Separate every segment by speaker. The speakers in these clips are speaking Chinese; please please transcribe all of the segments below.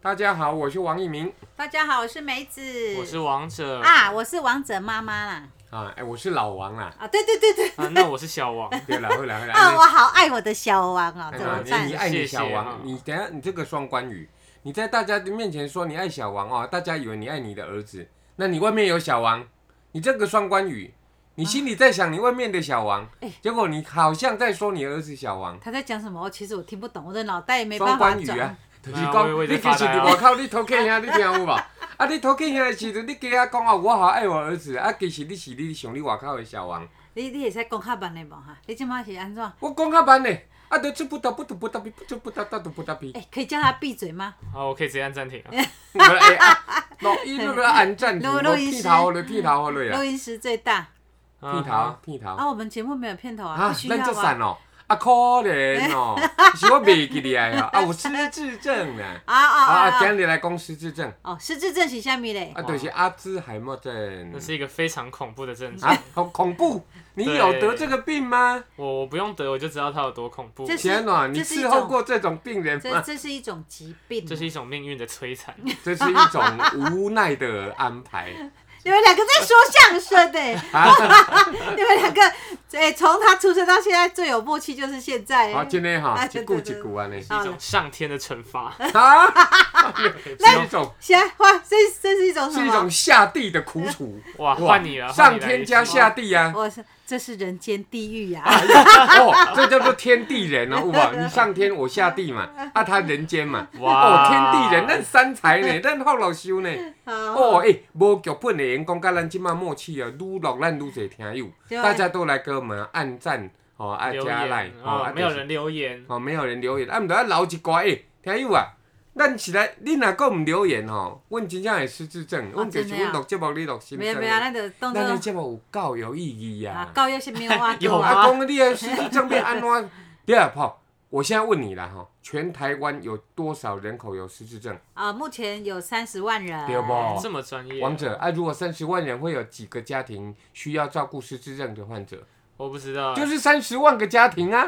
Speaker 1: 大家好，我是王一鸣
Speaker 2: 大家好，我是梅子，
Speaker 3: 我是王者啊
Speaker 2: 啊，我是王者妈妈啦，
Speaker 1: 啊，哎、我是老王啦。
Speaker 2: 啊，对对对对，
Speaker 3: 那我是小王，
Speaker 1: 对了，会来会 来。
Speaker 2: 啊，我好爱我的小王哦，
Speaker 1: 哎
Speaker 2: 怎么
Speaker 1: 呀
Speaker 2: 办
Speaker 1: 你你？爱你
Speaker 3: 谢谢
Speaker 1: 小王
Speaker 3: 哈，
Speaker 1: 你等一下你这个双关语，你在大家的面前说你爱小王哦，大家以为你爱你的儿子，那你外面有小王，你这个双关语，你心里在想你外面的小王，
Speaker 2: 哎
Speaker 1: 结果你好像在说你儿子小王，
Speaker 2: 他在讲什么？哦我其实我听不懂，我的脑袋也没
Speaker 1: 双
Speaker 2: 办法
Speaker 1: 关语
Speaker 2: 转。
Speaker 1: 啊，就是
Speaker 3: 哎呀
Speaker 1: 讲
Speaker 3: 我以为
Speaker 1: 你
Speaker 3: 在
Speaker 1: 其
Speaker 3: 发
Speaker 1: 实
Speaker 3: 呆
Speaker 1: 伫
Speaker 3: 哦
Speaker 1: 外口你偷看兄，你听有无？ 啊，你偷看兄的时阵，你跟他讲哦，我好爱我儿子，啊，其实你是你想你外口的小王。
Speaker 2: 你你会使讲较慢的无哈？你即马是安怎？
Speaker 1: 我讲较慢嘞，啊，都吃不到，不吐不到皮，不吃不到，到吐不到皮。
Speaker 2: 哎、可以叫他闭嘴吗？
Speaker 3: 好，我可以直接按暂停了。
Speaker 1: 不是哎啊， 录音那个按 暂停，
Speaker 2: 录
Speaker 1: 我
Speaker 2: 录音
Speaker 1: 剃
Speaker 2: 师
Speaker 1: 头了，剃头了
Speaker 2: 录
Speaker 1: 呀，
Speaker 2: 音师最大
Speaker 1: 剃头
Speaker 3: 啊，
Speaker 1: 剃头。
Speaker 2: 啊！我们节目没有片头啊，
Speaker 1: 啊
Speaker 2: 不，需要
Speaker 1: 咱这
Speaker 2: 啊
Speaker 1: 散。哦，啊可怜哦， 是我袂记得啊，啊有失智症 呢。
Speaker 2: 啊啊
Speaker 1: 啊，
Speaker 2: 啊！啊
Speaker 1: 今日来讲失智症，
Speaker 2: 哦，失智症是虾米嘞？
Speaker 1: 啊就是阿兹海默症
Speaker 3: 那。是一个非常恐怖的症状。
Speaker 1: 啊，好恐怖！你有得这个病吗？
Speaker 3: 我我不用得，我就知道它有多恐怖。
Speaker 2: 这是
Speaker 1: 天哪，你
Speaker 2: 这是一
Speaker 1: 伺
Speaker 2: 种
Speaker 1: 候过这种病人
Speaker 2: 这
Speaker 1: 吗？
Speaker 2: 这是一种疾病。
Speaker 3: 这是一种命运的摧残。
Speaker 1: 这是一 种无奈的安排。
Speaker 2: 你们两个在说相声的、
Speaker 1: 啊
Speaker 2: 你们两个哎，从、他出生到现在最有默契就是现在、
Speaker 1: 好，今天哈，
Speaker 2: 哎
Speaker 1: 一句
Speaker 2: 对对
Speaker 1: 一
Speaker 2: 对
Speaker 1: 句安尼。
Speaker 3: 是一种上天的惩罚，
Speaker 1: 啊，是一种
Speaker 2: 现在哇，这这是一种什
Speaker 1: 是一
Speaker 2: 么？
Speaker 1: 种下地的苦楚，
Speaker 3: 哇，
Speaker 1: 哇
Speaker 3: 嗯换你了，换
Speaker 1: 上
Speaker 3: 你来
Speaker 1: 天加
Speaker 3: 一次
Speaker 1: 下地啊！
Speaker 2: 我是这是人间地狱呀、
Speaker 1: 哦，这叫做天地人 哦，哇，你上天我下地嘛，啊，他人间嘛，哦，
Speaker 3: 哇，
Speaker 1: 天地人，咱三才呢，咱好老修呢，
Speaker 2: 哦，
Speaker 1: 哦，哎，无剧本的员工，甲咱即马默契哦，愈落咱愈侪听友，
Speaker 2: 对
Speaker 1: 大家都来给我们按赞哦，啊
Speaker 3: 留
Speaker 1: 加来
Speaker 3: 言
Speaker 1: 哦，
Speaker 3: 哦
Speaker 1: 啊，
Speaker 3: 没有人留言，
Speaker 1: 哦，没有人留言，啊，毋着啊留一寡诶、听友啊，咱是来，你若搁毋留言吼、阮真正会失智症，阮、就是
Speaker 2: 真的啊
Speaker 1: 阮录节目你录心
Speaker 2: 没有
Speaker 1: 声
Speaker 2: 没有，
Speaker 1: 的，
Speaker 2: 那个动
Speaker 1: 咱的
Speaker 2: 作
Speaker 1: 节目有够有意义
Speaker 2: 啊
Speaker 1: 啊，！
Speaker 2: 告要是没有啊，
Speaker 3: 有
Speaker 2: 对
Speaker 3: 啊
Speaker 1: 啊，讲你的失智症变安怎？ 对啊，吼，我现在问你啦，吼，全台湾有多少人口有失智症？
Speaker 2: 啊，目前有三十万人，
Speaker 1: 对不
Speaker 3: 这么专业，
Speaker 1: 哦王者，啊，如果三十万人会有几个家庭需要照顾失智症的患者？
Speaker 3: 我不知道，
Speaker 1: 就是三十万个家庭啊，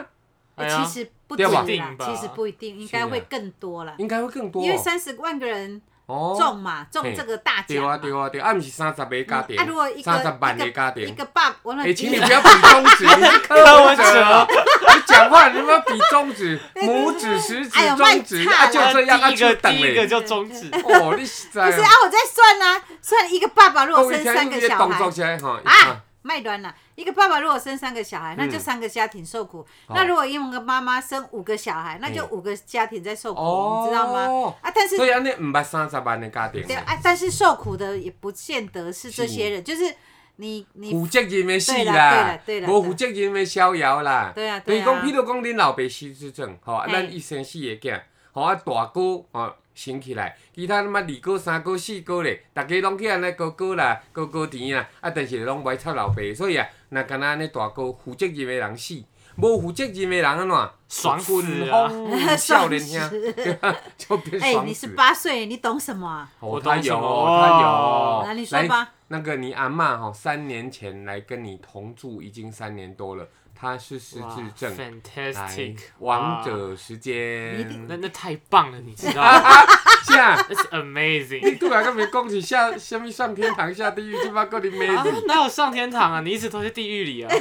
Speaker 2: 哎
Speaker 3: 哎呀
Speaker 2: 其实不止
Speaker 1: 对吧
Speaker 2: 啦，其实不一定，应该
Speaker 1: 是啊
Speaker 2: 会更多啦，
Speaker 1: 应该会更多、
Speaker 2: 因为
Speaker 1: 哦。
Speaker 2: 三十万个人
Speaker 1: 哦
Speaker 2: 中嘛，中
Speaker 1: 嘿
Speaker 2: 这个大
Speaker 1: 对
Speaker 2: 奖
Speaker 1: 啊，
Speaker 2: 嘛。
Speaker 1: 对啊，对啊，啊，毋是三十个家庭，
Speaker 2: 啊，如果一个
Speaker 1: 三十万
Speaker 2: 一
Speaker 1: 个家
Speaker 2: 一
Speaker 1: 庭，
Speaker 2: 个爸，我
Speaker 1: 哎、
Speaker 2: 那
Speaker 1: 请你不要比中指，你是柯 文哲啊，你讲话你他妈比中指、 拇指、食指
Speaker 2: 哎、呦
Speaker 1: 中指，
Speaker 2: 卖
Speaker 1: 啊，
Speaker 2: 惨
Speaker 1: 就
Speaker 2: 了
Speaker 1: 这样，啊，
Speaker 3: 第一
Speaker 1: 就
Speaker 3: 个
Speaker 1: 等
Speaker 3: 第一个
Speaker 1: 嘞。
Speaker 3: 就终止，
Speaker 1: 哦，你实在
Speaker 2: 不是啊，我在算啊，算一个爸爸如
Speaker 1: 各
Speaker 2: 果
Speaker 1: 位
Speaker 2: 生
Speaker 1: 听
Speaker 2: 三
Speaker 1: 你
Speaker 2: 个
Speaker 1: 这
Speaker 2: 小
Speaker 1: 动
Speaker 2: 孩
Speaker 1: 作，起来哈，
Speaker 2: 啊，卖端了。一个爸爸如果生三个小孩，那就
Speaker 1: 嗯
Speaker 2: 三个家庭受苦；
Speaker 1: 好嗯
Speaker 2: 那如果一个妈妈生五个小孩，那就五个家庭在受苦，
Speaker 1: 哦
Speaker 2: 你知道吗？啊，但是
Speaker 1: 所以安尼唔捌三十万的家庭
Speaker 2: 对，啊，但是受苦的也不见得是这些人，就是你你
Speaker 1: 负责任的死
Speaker 2: 对啦
Speaker 1: 啦
Speaker 2: 对啦对，啦
Speaker 1: 无负责任的逍遥啦。
Speaker 2: 对啊
Speaker 1: 所
Speaker 2: 对
Speaker 1: 以
Speaker 2: 啊，
Speaker 1: 讲，譬如讲，恁老爸失智症，吼，啊
Speaker 2: 嘿
Speaker 1: 咱一生四个囝，吼，啊大哥吼升起来，其他他妈二哥、三哥、四哥咧，逐家拢去安尼哥哥啦、哥哥甜啦，啊，但是拢袂插老爸，所以啊，若敢若安尼大哥负责任的人死，无负责任的人安怎？
Speaker 3: 爽死啊
Speaker 1: 啊！少年兄， 就变
Speaker 2: 哎，
Speaker 1: 爽
Speaker 2: 你
Speaker 1: 死
Speaker 2: 十。八岁，你懂什么啊？
Speaker 1: 哦
Speaker 3: 我
Speaker 1: 他
Speaker 3: 懂什
Speaker 1: 有
Speaker 3: 么
Speaker 1: 哦，他有哦。
Speaker 2: 那你说吧，
Speaker 1: 那个你阿嬷哈、三年前来跟你同住已经三年多了，她是失
Speaker 3: 哇
Speaker 1: 智症。来
Speaker 3: ，fantastic，，
Speaker 1: 王
Speaker 3: 哇，
Speaker 1: 者时
Speaker 2: 你一
Speaker 1: 间。
Speaker 2: 定
Speaker 3: 那那太棒了，你知 道吗
Speaker 1: 下，
Speaker 3: ？It's
Speaker 1: 你
Speaker 3: amazing，
Speaker 1: 突然跟别讲是下下面上天堂下地狱，这把够你妹
Speaker 3: 啊
Speaker 1: 子。
Speaker 3: 哪有上天堂啊？你一直都是地狱里啊！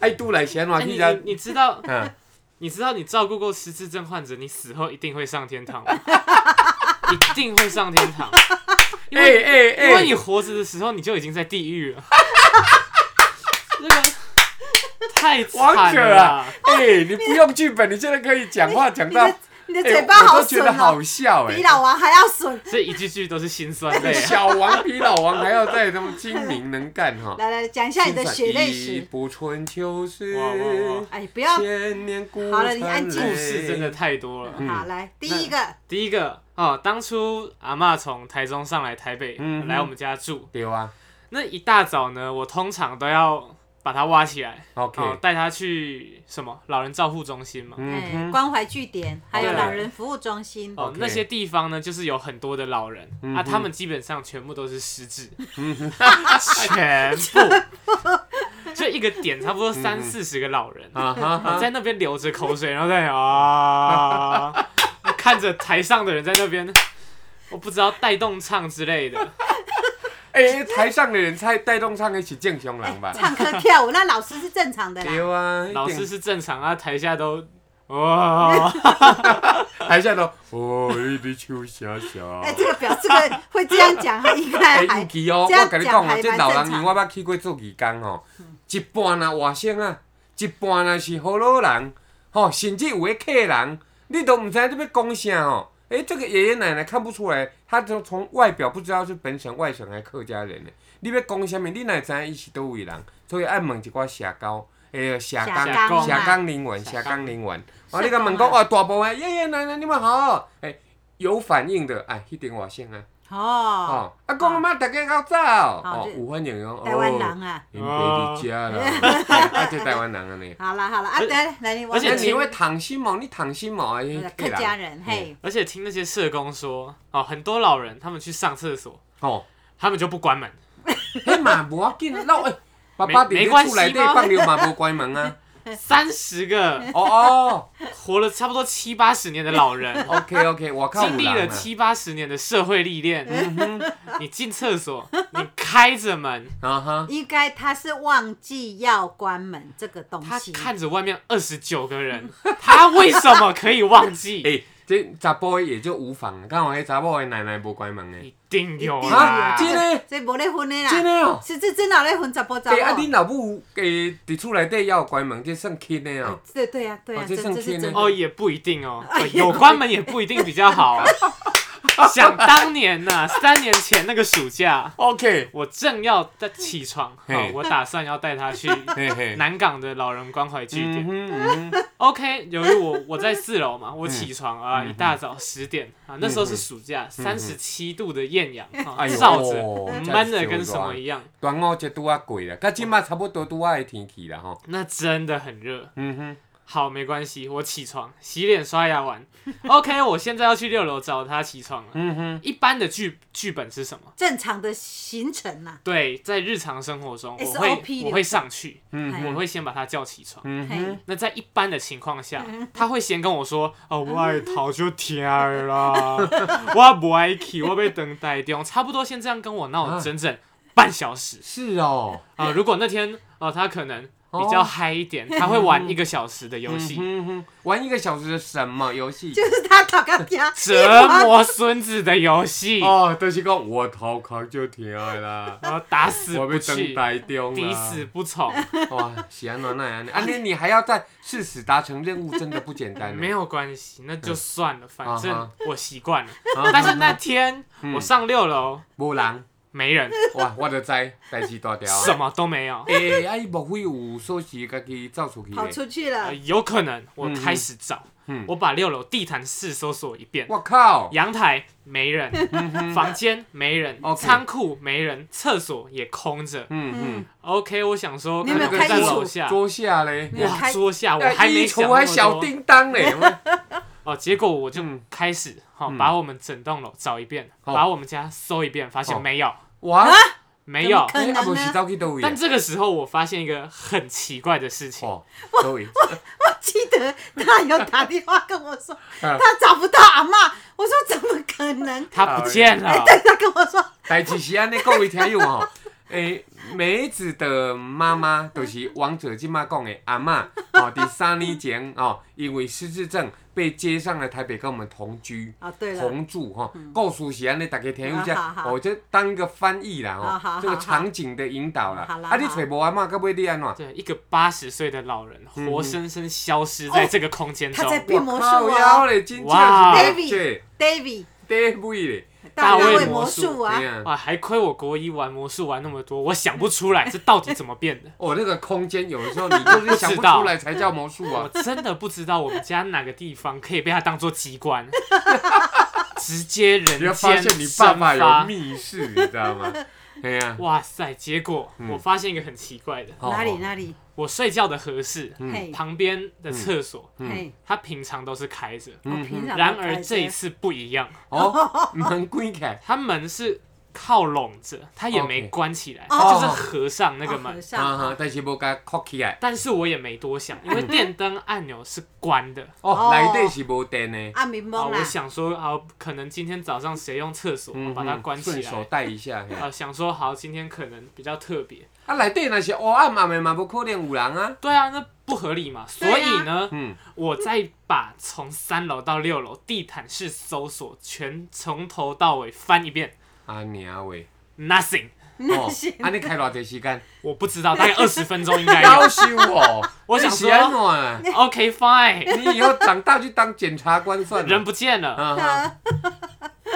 Speaker 1: 爱杜来闲话，
Speaker 3: 哎
Speaker 1: 哎你
Speaker 3: 你
Speaker 1: 家
Speaker 3: 你你知道
Speaker 1: 嗯，
Speaker 3: 你知道你照顾过失智症患者，你死后一定会上 天堂吗，一定会上天堂，因
Speaker 1: 哎
Speaker 3: 为、
Speaker 1: 哎
Speaker 3: 因为
Speaker 1: 哎
Speaker 3: 你，活着的时候你就已经在地狱了，这个太
Speaker 1: 王
Speaker 3: 惨
Speaker 1: 者啊
Speaker 3: 了啦。，
Speaker 1: 哎，你不用剧本，你现在可以讲话讲
Speaker 2: 你
Speaker 1: 到
Speaker 2: 的，你的
Speaker 1: 哎
Speaker 2: 嘴巴
Speaker 1: 我
Speaker 2: 好
Speaker 1: 都觉
Speaker 2: 损
Speaker 1: 得
Speaker 2: 哦
Speaker 1: 好，笑
Speaker 2: 比
Speaker 1: 哎。
Speaker 2: 老王还要损。
Speaker 3: 这一句句都是辛酸泪、啊。
Speaker 1: 小王比老王还要再他妈精明能干哈。
Speaker 2: 来来，讲一下你的血泪
Speaker 1: 一
Speaker 2: 史。
Speaker 1: 不春秋是
Speaker 3: 哇哇哇
Speaker 2: 哎，不要
Speaker 1: 千年古
Speaker 2: 好了你安静
Speaker 3: 故事真的太多了。
Speaker 1: 嗯
Speaker 2: 好来，第一个
Speaker 3: 第一个哦，当初阿嬷从台中上来台北，
Speaker 1: 嗯
Speaker 3: 来我们家住，
Speaker 1: 丢啊
Speaker 3: 那一大早呢，我通常都要把她挖起来，
Speaker 1: ，OK，
Speaker 3: 哦，带她去什么老人照护中心嘛。
Speaker 2: 哎，
Speaker 1: 嗯哼，
Speaker 2: 关怀据点，还有
Speaker 3: 对
Speaker 2: 老人服务中心。
Speaker 3: 哦
Speaker 1: OK
Speaker 3: 那些地方呢，就是有很多的老人，
Speaker 1: 嗯
Speaker 3: 啊，
Speaker 1: 哼嗯
Speaker 3: 他们基本上全部都是失智，全部， 就一个点差不多三四十个老人，
Speaker 1: 嗯啊哈
Speaker 3: 啊
Speaker 1: 哈，
Speaker 3: 在那边流着口水，然后在啊， 看着台上的人在那边，我不知道带动唱之类的，
Speaker 1: 哎，台上的人才带动唱的是正常人吧？
Speaker 2: 唱歌跳舞，那老师是正哎常的啦。
Speaker 1: 对啊，
Speaker 3: 老
Speaker 1: 一定
Speaker 3: 师是正常啊，台下都 哇，
Speaker 1: 台下都哦，你伫唱啥啥？
Speaker 2: 哎，这个表这个会这样讲，他应该
Speaker 1: 哦哎，
Speaker 2: 还
Speaker 1: 尤其哦，
Speaker 2: 这样
Speaker 1: 我跟你讲
Speaker 2: 讲
Speaker 1: 哦，
Speaker 2: 还
Speaker 1: 这
Speaker 2: 蛮
Speaker 1: 老人
Speaker 2: 正
Speaker 1: 院
Speaker 2: 常
Speaker 1: 我捌去过做义工吼，一半啊外省啊，一半啊是好老人，吼、甚至有诶客人，你都毋知你要讲啥吼。诶，这个爷爷奶奶看不出来，他从从外表不知道是本省、外省还是客家人呢。你要讲啥物，你哪会知伊是倒位人？所以爱问一寡社交，诶，社工、
Speaker 2: 下
Speaker 3: 岗
Speaker 2: 岗
Speaker 1: 社
Speaker 2: 嘛。
Speaker 1: 工人员，社工人员，哦，
Speaker 2: 啊社
Speaker 1: 你甲
Speaker 2: 工
Speaker 1: 问讲，
Speaker 2: 啊
Speaker 1: 哦，大部分爷爷奶奶你们好，诶，有反应的，哎，迄顶外省啊。
Speaker 2: 哦，
Speaker 1: 哦，阿公阿妈大家较早，哦，
Speaker 2: 哦这
Speaker 1: 有反应哦，
Speaker 2: 台湾人哦啊，
Speaker 1: 因爸伫遮啦， 啊，这台湾人啊 呢，
Speaker 2: 好啦好啦，啊，
Speaker 3: 而
Speaker 2: 来来，你我
Speaker 3: 而且
Speaker 1: 那
Speaker 3: 其
Speaker 1: 你会烫心哦毛，你烫心毛啊，那
Speaker 2: 客
Speaker 1: 客
Speaker 2: 家
Speaker 1: 人
Speaker 2: 人嘿，
Speaker 3: 而且听那些社工说，哦，很多老人他们去上厕所，
Speaker 1: 哦，
Speaker 3: 他们就不关门，
Speaker 1: 迄嘛无要紧，那 哎，爸爸伫
Speaker 3: 没
Speaker 1: 你
Speaker 3: 关系
Speaker 1: 厝内底
Speaker 3: 吗
Speaker 1: 放尿嘛无关门啊，
Speaker 3: 三十个
Speaker 1: 哦哦
Speaker 3: 活了差不多七八十年的老 人，
Speaker 1: ，OK OK，我哦靠，啊
Speaker 3: 经历了七八十年的社会历
Speaker 1: 嗯
Speaker 3: 练， 你进厕所，你开着门，
Speaker 1: 啊 哈，
Speaker 2: 应该他是忘记要关门这个东
Speaker 3: 他
Speaker 2: 西。
Speaker 3: 看着外面二十九个人，他为什么可以 忘记？
Speaker 1: 诶，哎这查甫的也就无妨，刚好迄查某的奶奶无关门的，
Speaker 3: 一定有
Speaker 2: 一定有
Speaker 3: 啦
Speaker 1: 啊，，真的
Speaker 2: 所以无咧分的
Speaker 1: 真
Speaker 2: 啦，
Speaker 1: 的哦，
Speaker 2: 是这真老咧分，查甫查
Speaker 1: 诶，啊，
Speaker 2: 某。
Speaker 1: 恁老母诶伫厝内底也有关门，这算轻的哦。
Speaker 2: 对对呀，对呀啊
Speaker 1: 哦，这
Speaker 2: 这
Speaker 1: 算
Speaker 2: 这是
Speaker 1: 天
Speaker 2: 真
Speaker 1: 呢
Speaker 3: 哦，
Speaker 2: 的。
Speaker 3: 也不一 定哦，
Speaker 1: 哎
Speaker 3: 呃有关门也不一定比较好啊。想当年呐、三年前那个暑假，
Speaker 1: OK，
Speaker 3: 我正要在起床，哦
Speaker 1: 嘿、
Speaker 3: 我打算要带他去
Speaker 1: 嘿嘿，
Speaker 3: 南港的老人关怀据
Speaker 1: 嗯
Speaker 3: 点。
Speaker 1: 哼嗯哼
Speaker 3: OK，由于我我在四楼
Speaker 1: 嗯
Speaker 3: 嘛，我起床啊，一大早十点啊，那时候是暑假，
Speaker 1: 嗯
Speaker 3: 三十七度的艳阳啊，
Speaker 1: 哎呦
Speaker 3: 照着闷
Speaker 1: 真
Speaker 3: 的
Speaker 1: 是
Speaker 3: 跟
Speaker 1: 有
Speaker 3: 什么
Speaker 1: 热
Speaker 3: 一样，
Speaker 1: 端午节拄啊过啦，甲即马差不多拄啊的天气啦吼。
Speaker 3: 那真的很热。
Speaker 1: 嗯哼，
Speaker 3: 好，没关系，我起床洗脸刷牙完，OK，我 现在要去六楼找他起床了。
Speaker 1: 嗯哼，
Speaker 3: 一般的剧剧本是什么？
Speaker 2: 正常的行程啊呐，
Speaker 3: 对，在日常生活中，我
Speaker 2: SOP
Speaker 3: 会
Speaker 2: 流
Speaker 3: 我
Speaker 2: 程
Speaker 3: 会上去，
Speaker 1: 嗯
Speaker 2: 哎
Speaker 3: 我会先把他叫起床。
Speaker 1: 嗯
Speaker 2: 嘿
Speaker 1: 哼，，
Speaker 3: 那在一般的情况下，他会先跟我说：“哦，我爱逃就天啦， 我不爱去，我被等待中。”差不多先这样跟我闹
Speaker 1: 啊
Speaker 3: 整整半小时
Speaker 1: 是哦，
Speaker 3: 啊、如果那天哦、他可能比较嗨一点，他会玩一个小时的游戏，
Speaker 1: 嗯哼，玩一个小时的什么游戏？
Speaker 2: 就是他讨个听，
Speaker 3: 折磨孙子的游戏，
Speaker 1: 哦，就是讲我头壳就疼啦，
Speaker 3: 然后打死
Speaker 1: 我
Speaker 3: 不
Speaker 1: 被等
Speaker 3: 去，
Speaker 1: 待中
Speaker 3: 抵
Speaker 1: 啦。
Speaker 3: 死不从，
Speaker 1: 哇，喜安暖奈安尼，安尼你还要再誓死达成任务，真的不简单呢。
Speaker 3: 没有关系，那就算了，反
Speaker 1: 嗯啊
Speaker 3: 正我习惯了。
Speaker 1: 啊，
Speaker 3: 但是那天
Speaker 1: 嗯
Speaker 3: 我上六楼
Speaker 1: 无人，
Speaker 3: 没人，
Speaker 1: 哇，我就知代志大条啊。
Speaker 3: 什么都没有。
Speaker 1: 诶，啊伊莫非有锁匙家己走出去
Speaker 2: 跑
Speaker 1: 的？
Speaker 2: 出去了
Speaker 1: 哎
Speaker 3: 呃，。 有可能我
Speaker 1: 嗯
Speaker 3: 开始找，
Speaker 1: 嗯
Speaker 3: 我把六楼地毯式搜索一遍，
Speaker 1: 我靠！
Speaker 3: 阳台没人，房间没人，
Speaker 1: 嗯 OK
Speaker 3: 仓库没人，厕所也空着。
Speaker 1: 嗯嗯
Speaker 2: 嗯。，
Speaker 3: OK，我想说，
Speaker 2: 你有
Speaker 3: 可
Speaker 2: 没
Speaker 3: 能
Speaker 1: 那
Speaker 2: 有
Speaker 1: 个
Speaker 2: 开
Speaker 3: 在
Speaker 2: 衣橱
Speaker 3: 楼下。
Speaker 1: 桌下嘞，
Speaker 2: 没有
Speaker 3: 哇，
Speaker 2: 开
Speaker 3: 桌下我还没
Speaker 1: 衣
Speaker 3: 想
Speaker 1: 橱
Speaker 3: 那么
Speaker 1: 还
Speaker 3: 多
Speaker 1: 小叮当 嘞，
Speaker 3: 哦，结果我就
Speaker 1: 嗯
Speaker 3: 开始哈，哦
Speaker 1: 嗯
Speaker 3: 把我们整栋楼找一遍，
Speaker 1: 好
Speaker 3: 把我们家搜一遍，发
Speaker 1: 好
Speaker 3: 现没有，
Speaker 1: 哇，
Speaker 3: 没有。
Speaker 2: 可能呢
Speaker 1: 啊不是走去倒位啊
Speaker 3: 但？这个时候我发现一个很奇怪的事情，
Speaker 1: 哦，倒位，
Speaker 2: 记得他有打电话跟我说，
Speaker 1: 嗯
Speaker 2: 他找不到阿妈。我说怎么可能？
Speaker 3: 它不见了。
Speaker 2: 哎对，他跟我说，
Speaker 1: 代志是安尼，各位听友吼， 诶，梅子的妈妈就是王者金妈讲的阿嬷哦，第三年前哦，因为失智症被接上了台北跟我们同居。
Speaker 2: 啊，对嗯啊了，
Speaker 1: 同住哈，故事是安尼，大家听一
Speaker 2: 好
Speaker 1: 下
Speaker 2: 好，好
Speaker 1: 哦，这当一个翻译啦
Speaker 2: 好
Speaker 1: 哦
Speaker 2: 好好，
Speaker 1: 这个场景的引导啦
Speaker 2: 好。啦
Speaker 1: 啊，你
Speaker 2: 好
Speaker 1: 找无阿嬷，到尾你安怎？
Speaker 3: 对，一个八十岁的老人
Speaker 1: 嗯
Speaker 3: 活生生消失在这个空间中
Speaker 2: 哦他。在变魔术
Speaker 1: 我靠腰
Speaker 2: 啊
Speaker 1: 嘞，真正是
Speaker 3: 哇
Speaker 1: 这
Speaker 2: ，David，
Speaker 1: 地位嘞，
Speaker 2: 大
Speaker 3: 卫
Speaker 2: 卫
Speaker 3: 魔
Speaker 2: 魔
Speaker 3: 术
Speaker 2: 术啊
Speaker 1: 嘿，啊。
Speaker 3: 哇，还亏我国一玩魔术玩那么多，我想不出来这到底怎么变的
Speaker 1: 哦，那个空间有的时候你就是想不出来才叫魔术
Speaker 3: 我
Speaker 1: 啊。
Speaker 3: 真的不知道我们家哪个地方可以被他当做机关，直接
Speaker 1: 你要
Speaker 3: 人
Speaker 1: 发
Speaker 3: 间
Speaker 1: 现你爸爸
Speaker 3: 蒸发
Speaker 1: 有密室，你知道 吗？哎呀，
Speaker 3: 哇塞！结果
Speaker 1: 嗯
Speaker 3: 我发现一个很奇怪的，
Speaker 1: 哦
Speaker 2: 哪里？哪里？
Speaker 3: 我睡觉的合适
Speaker 1: 嗯
Speaker 2: 嘿，
Speaker 3: 旁边的厕所，
Speaker 2: 嘿，哦
Speaker 3: 它平常都是开
Speaker 1: 嗯
Speaker 3: 着，
Speaker 2: 我平常
Speaker 3: 然而这一次不一样，
Speaker 1: 哦，门关起来，
Speaker 3: 它门是靠拢着，他也没
Speaker 1: OK
Speaker 3: 关起来，
Speaker 2: 哦
Speaker 3: 他就是合上那个
Speaker 2: 哦
Speaker 3: 门
Speaker 2: 和。
Speaker 1: 啊哈
Speaker 2: 尚，，
Speaker 1: 但是无甲扣起来，
Speaker 3: 但是我也没多想，因为电灯按钮是 关的。
Speaker 1: 哦，
Speaker 2: 哦
Speaker 1: 内底是无电的，
Speaker 2: 啊，明蒙
Speaker 3: 啊，
Speaker 2: 啦
Speaker 3: 我，
Speaker 1: 哦
Speaker 3: 想说，好，可能今天早上谁用厕所，我把它
Speaker 1: 嗯哼
Speaker 3: 关起
Speaker 1: 顺手
Speaker 3: 来。
Speaker 1: 带一下。嘿
Speaker 3: 啊，想说好，今天可能比较特别。
Speaker 1: 啊，内底若是黑暗暗的嘛，无可能有人啊。
Speaker 3: 对啊，那不合理嘛。所
Speaker 2: 对啊
Speaker 3: 以呢，
Speaker 1: 嗯，
Speaker 3: 我再把从三楼到六楼地毯式搜索全从头到尾翻一遍
Speaker 1: 啊娘喂，
Speaker 3: ，nothing，
Speaker 2: 那行，
Speaker 1: 啊你开偌济时 间？
Speaker 3: 我不知道，大概二十分钟 应该有
Speaker 1: 夭。寿哦，
Speaker 3: 我
Speaker 1: 你
Speaker 3: 想
Speaker 1: 是安怎
Speaker 3: 说
Speaker 1: 啊？
Speaker 3: ，OK fine，
Speaker 1: 你以后长大去当检察官算
Speaker 3: 人
Speaker 1: 了。
Speaker 3: 不见了，
Speaker 1: 啊哈，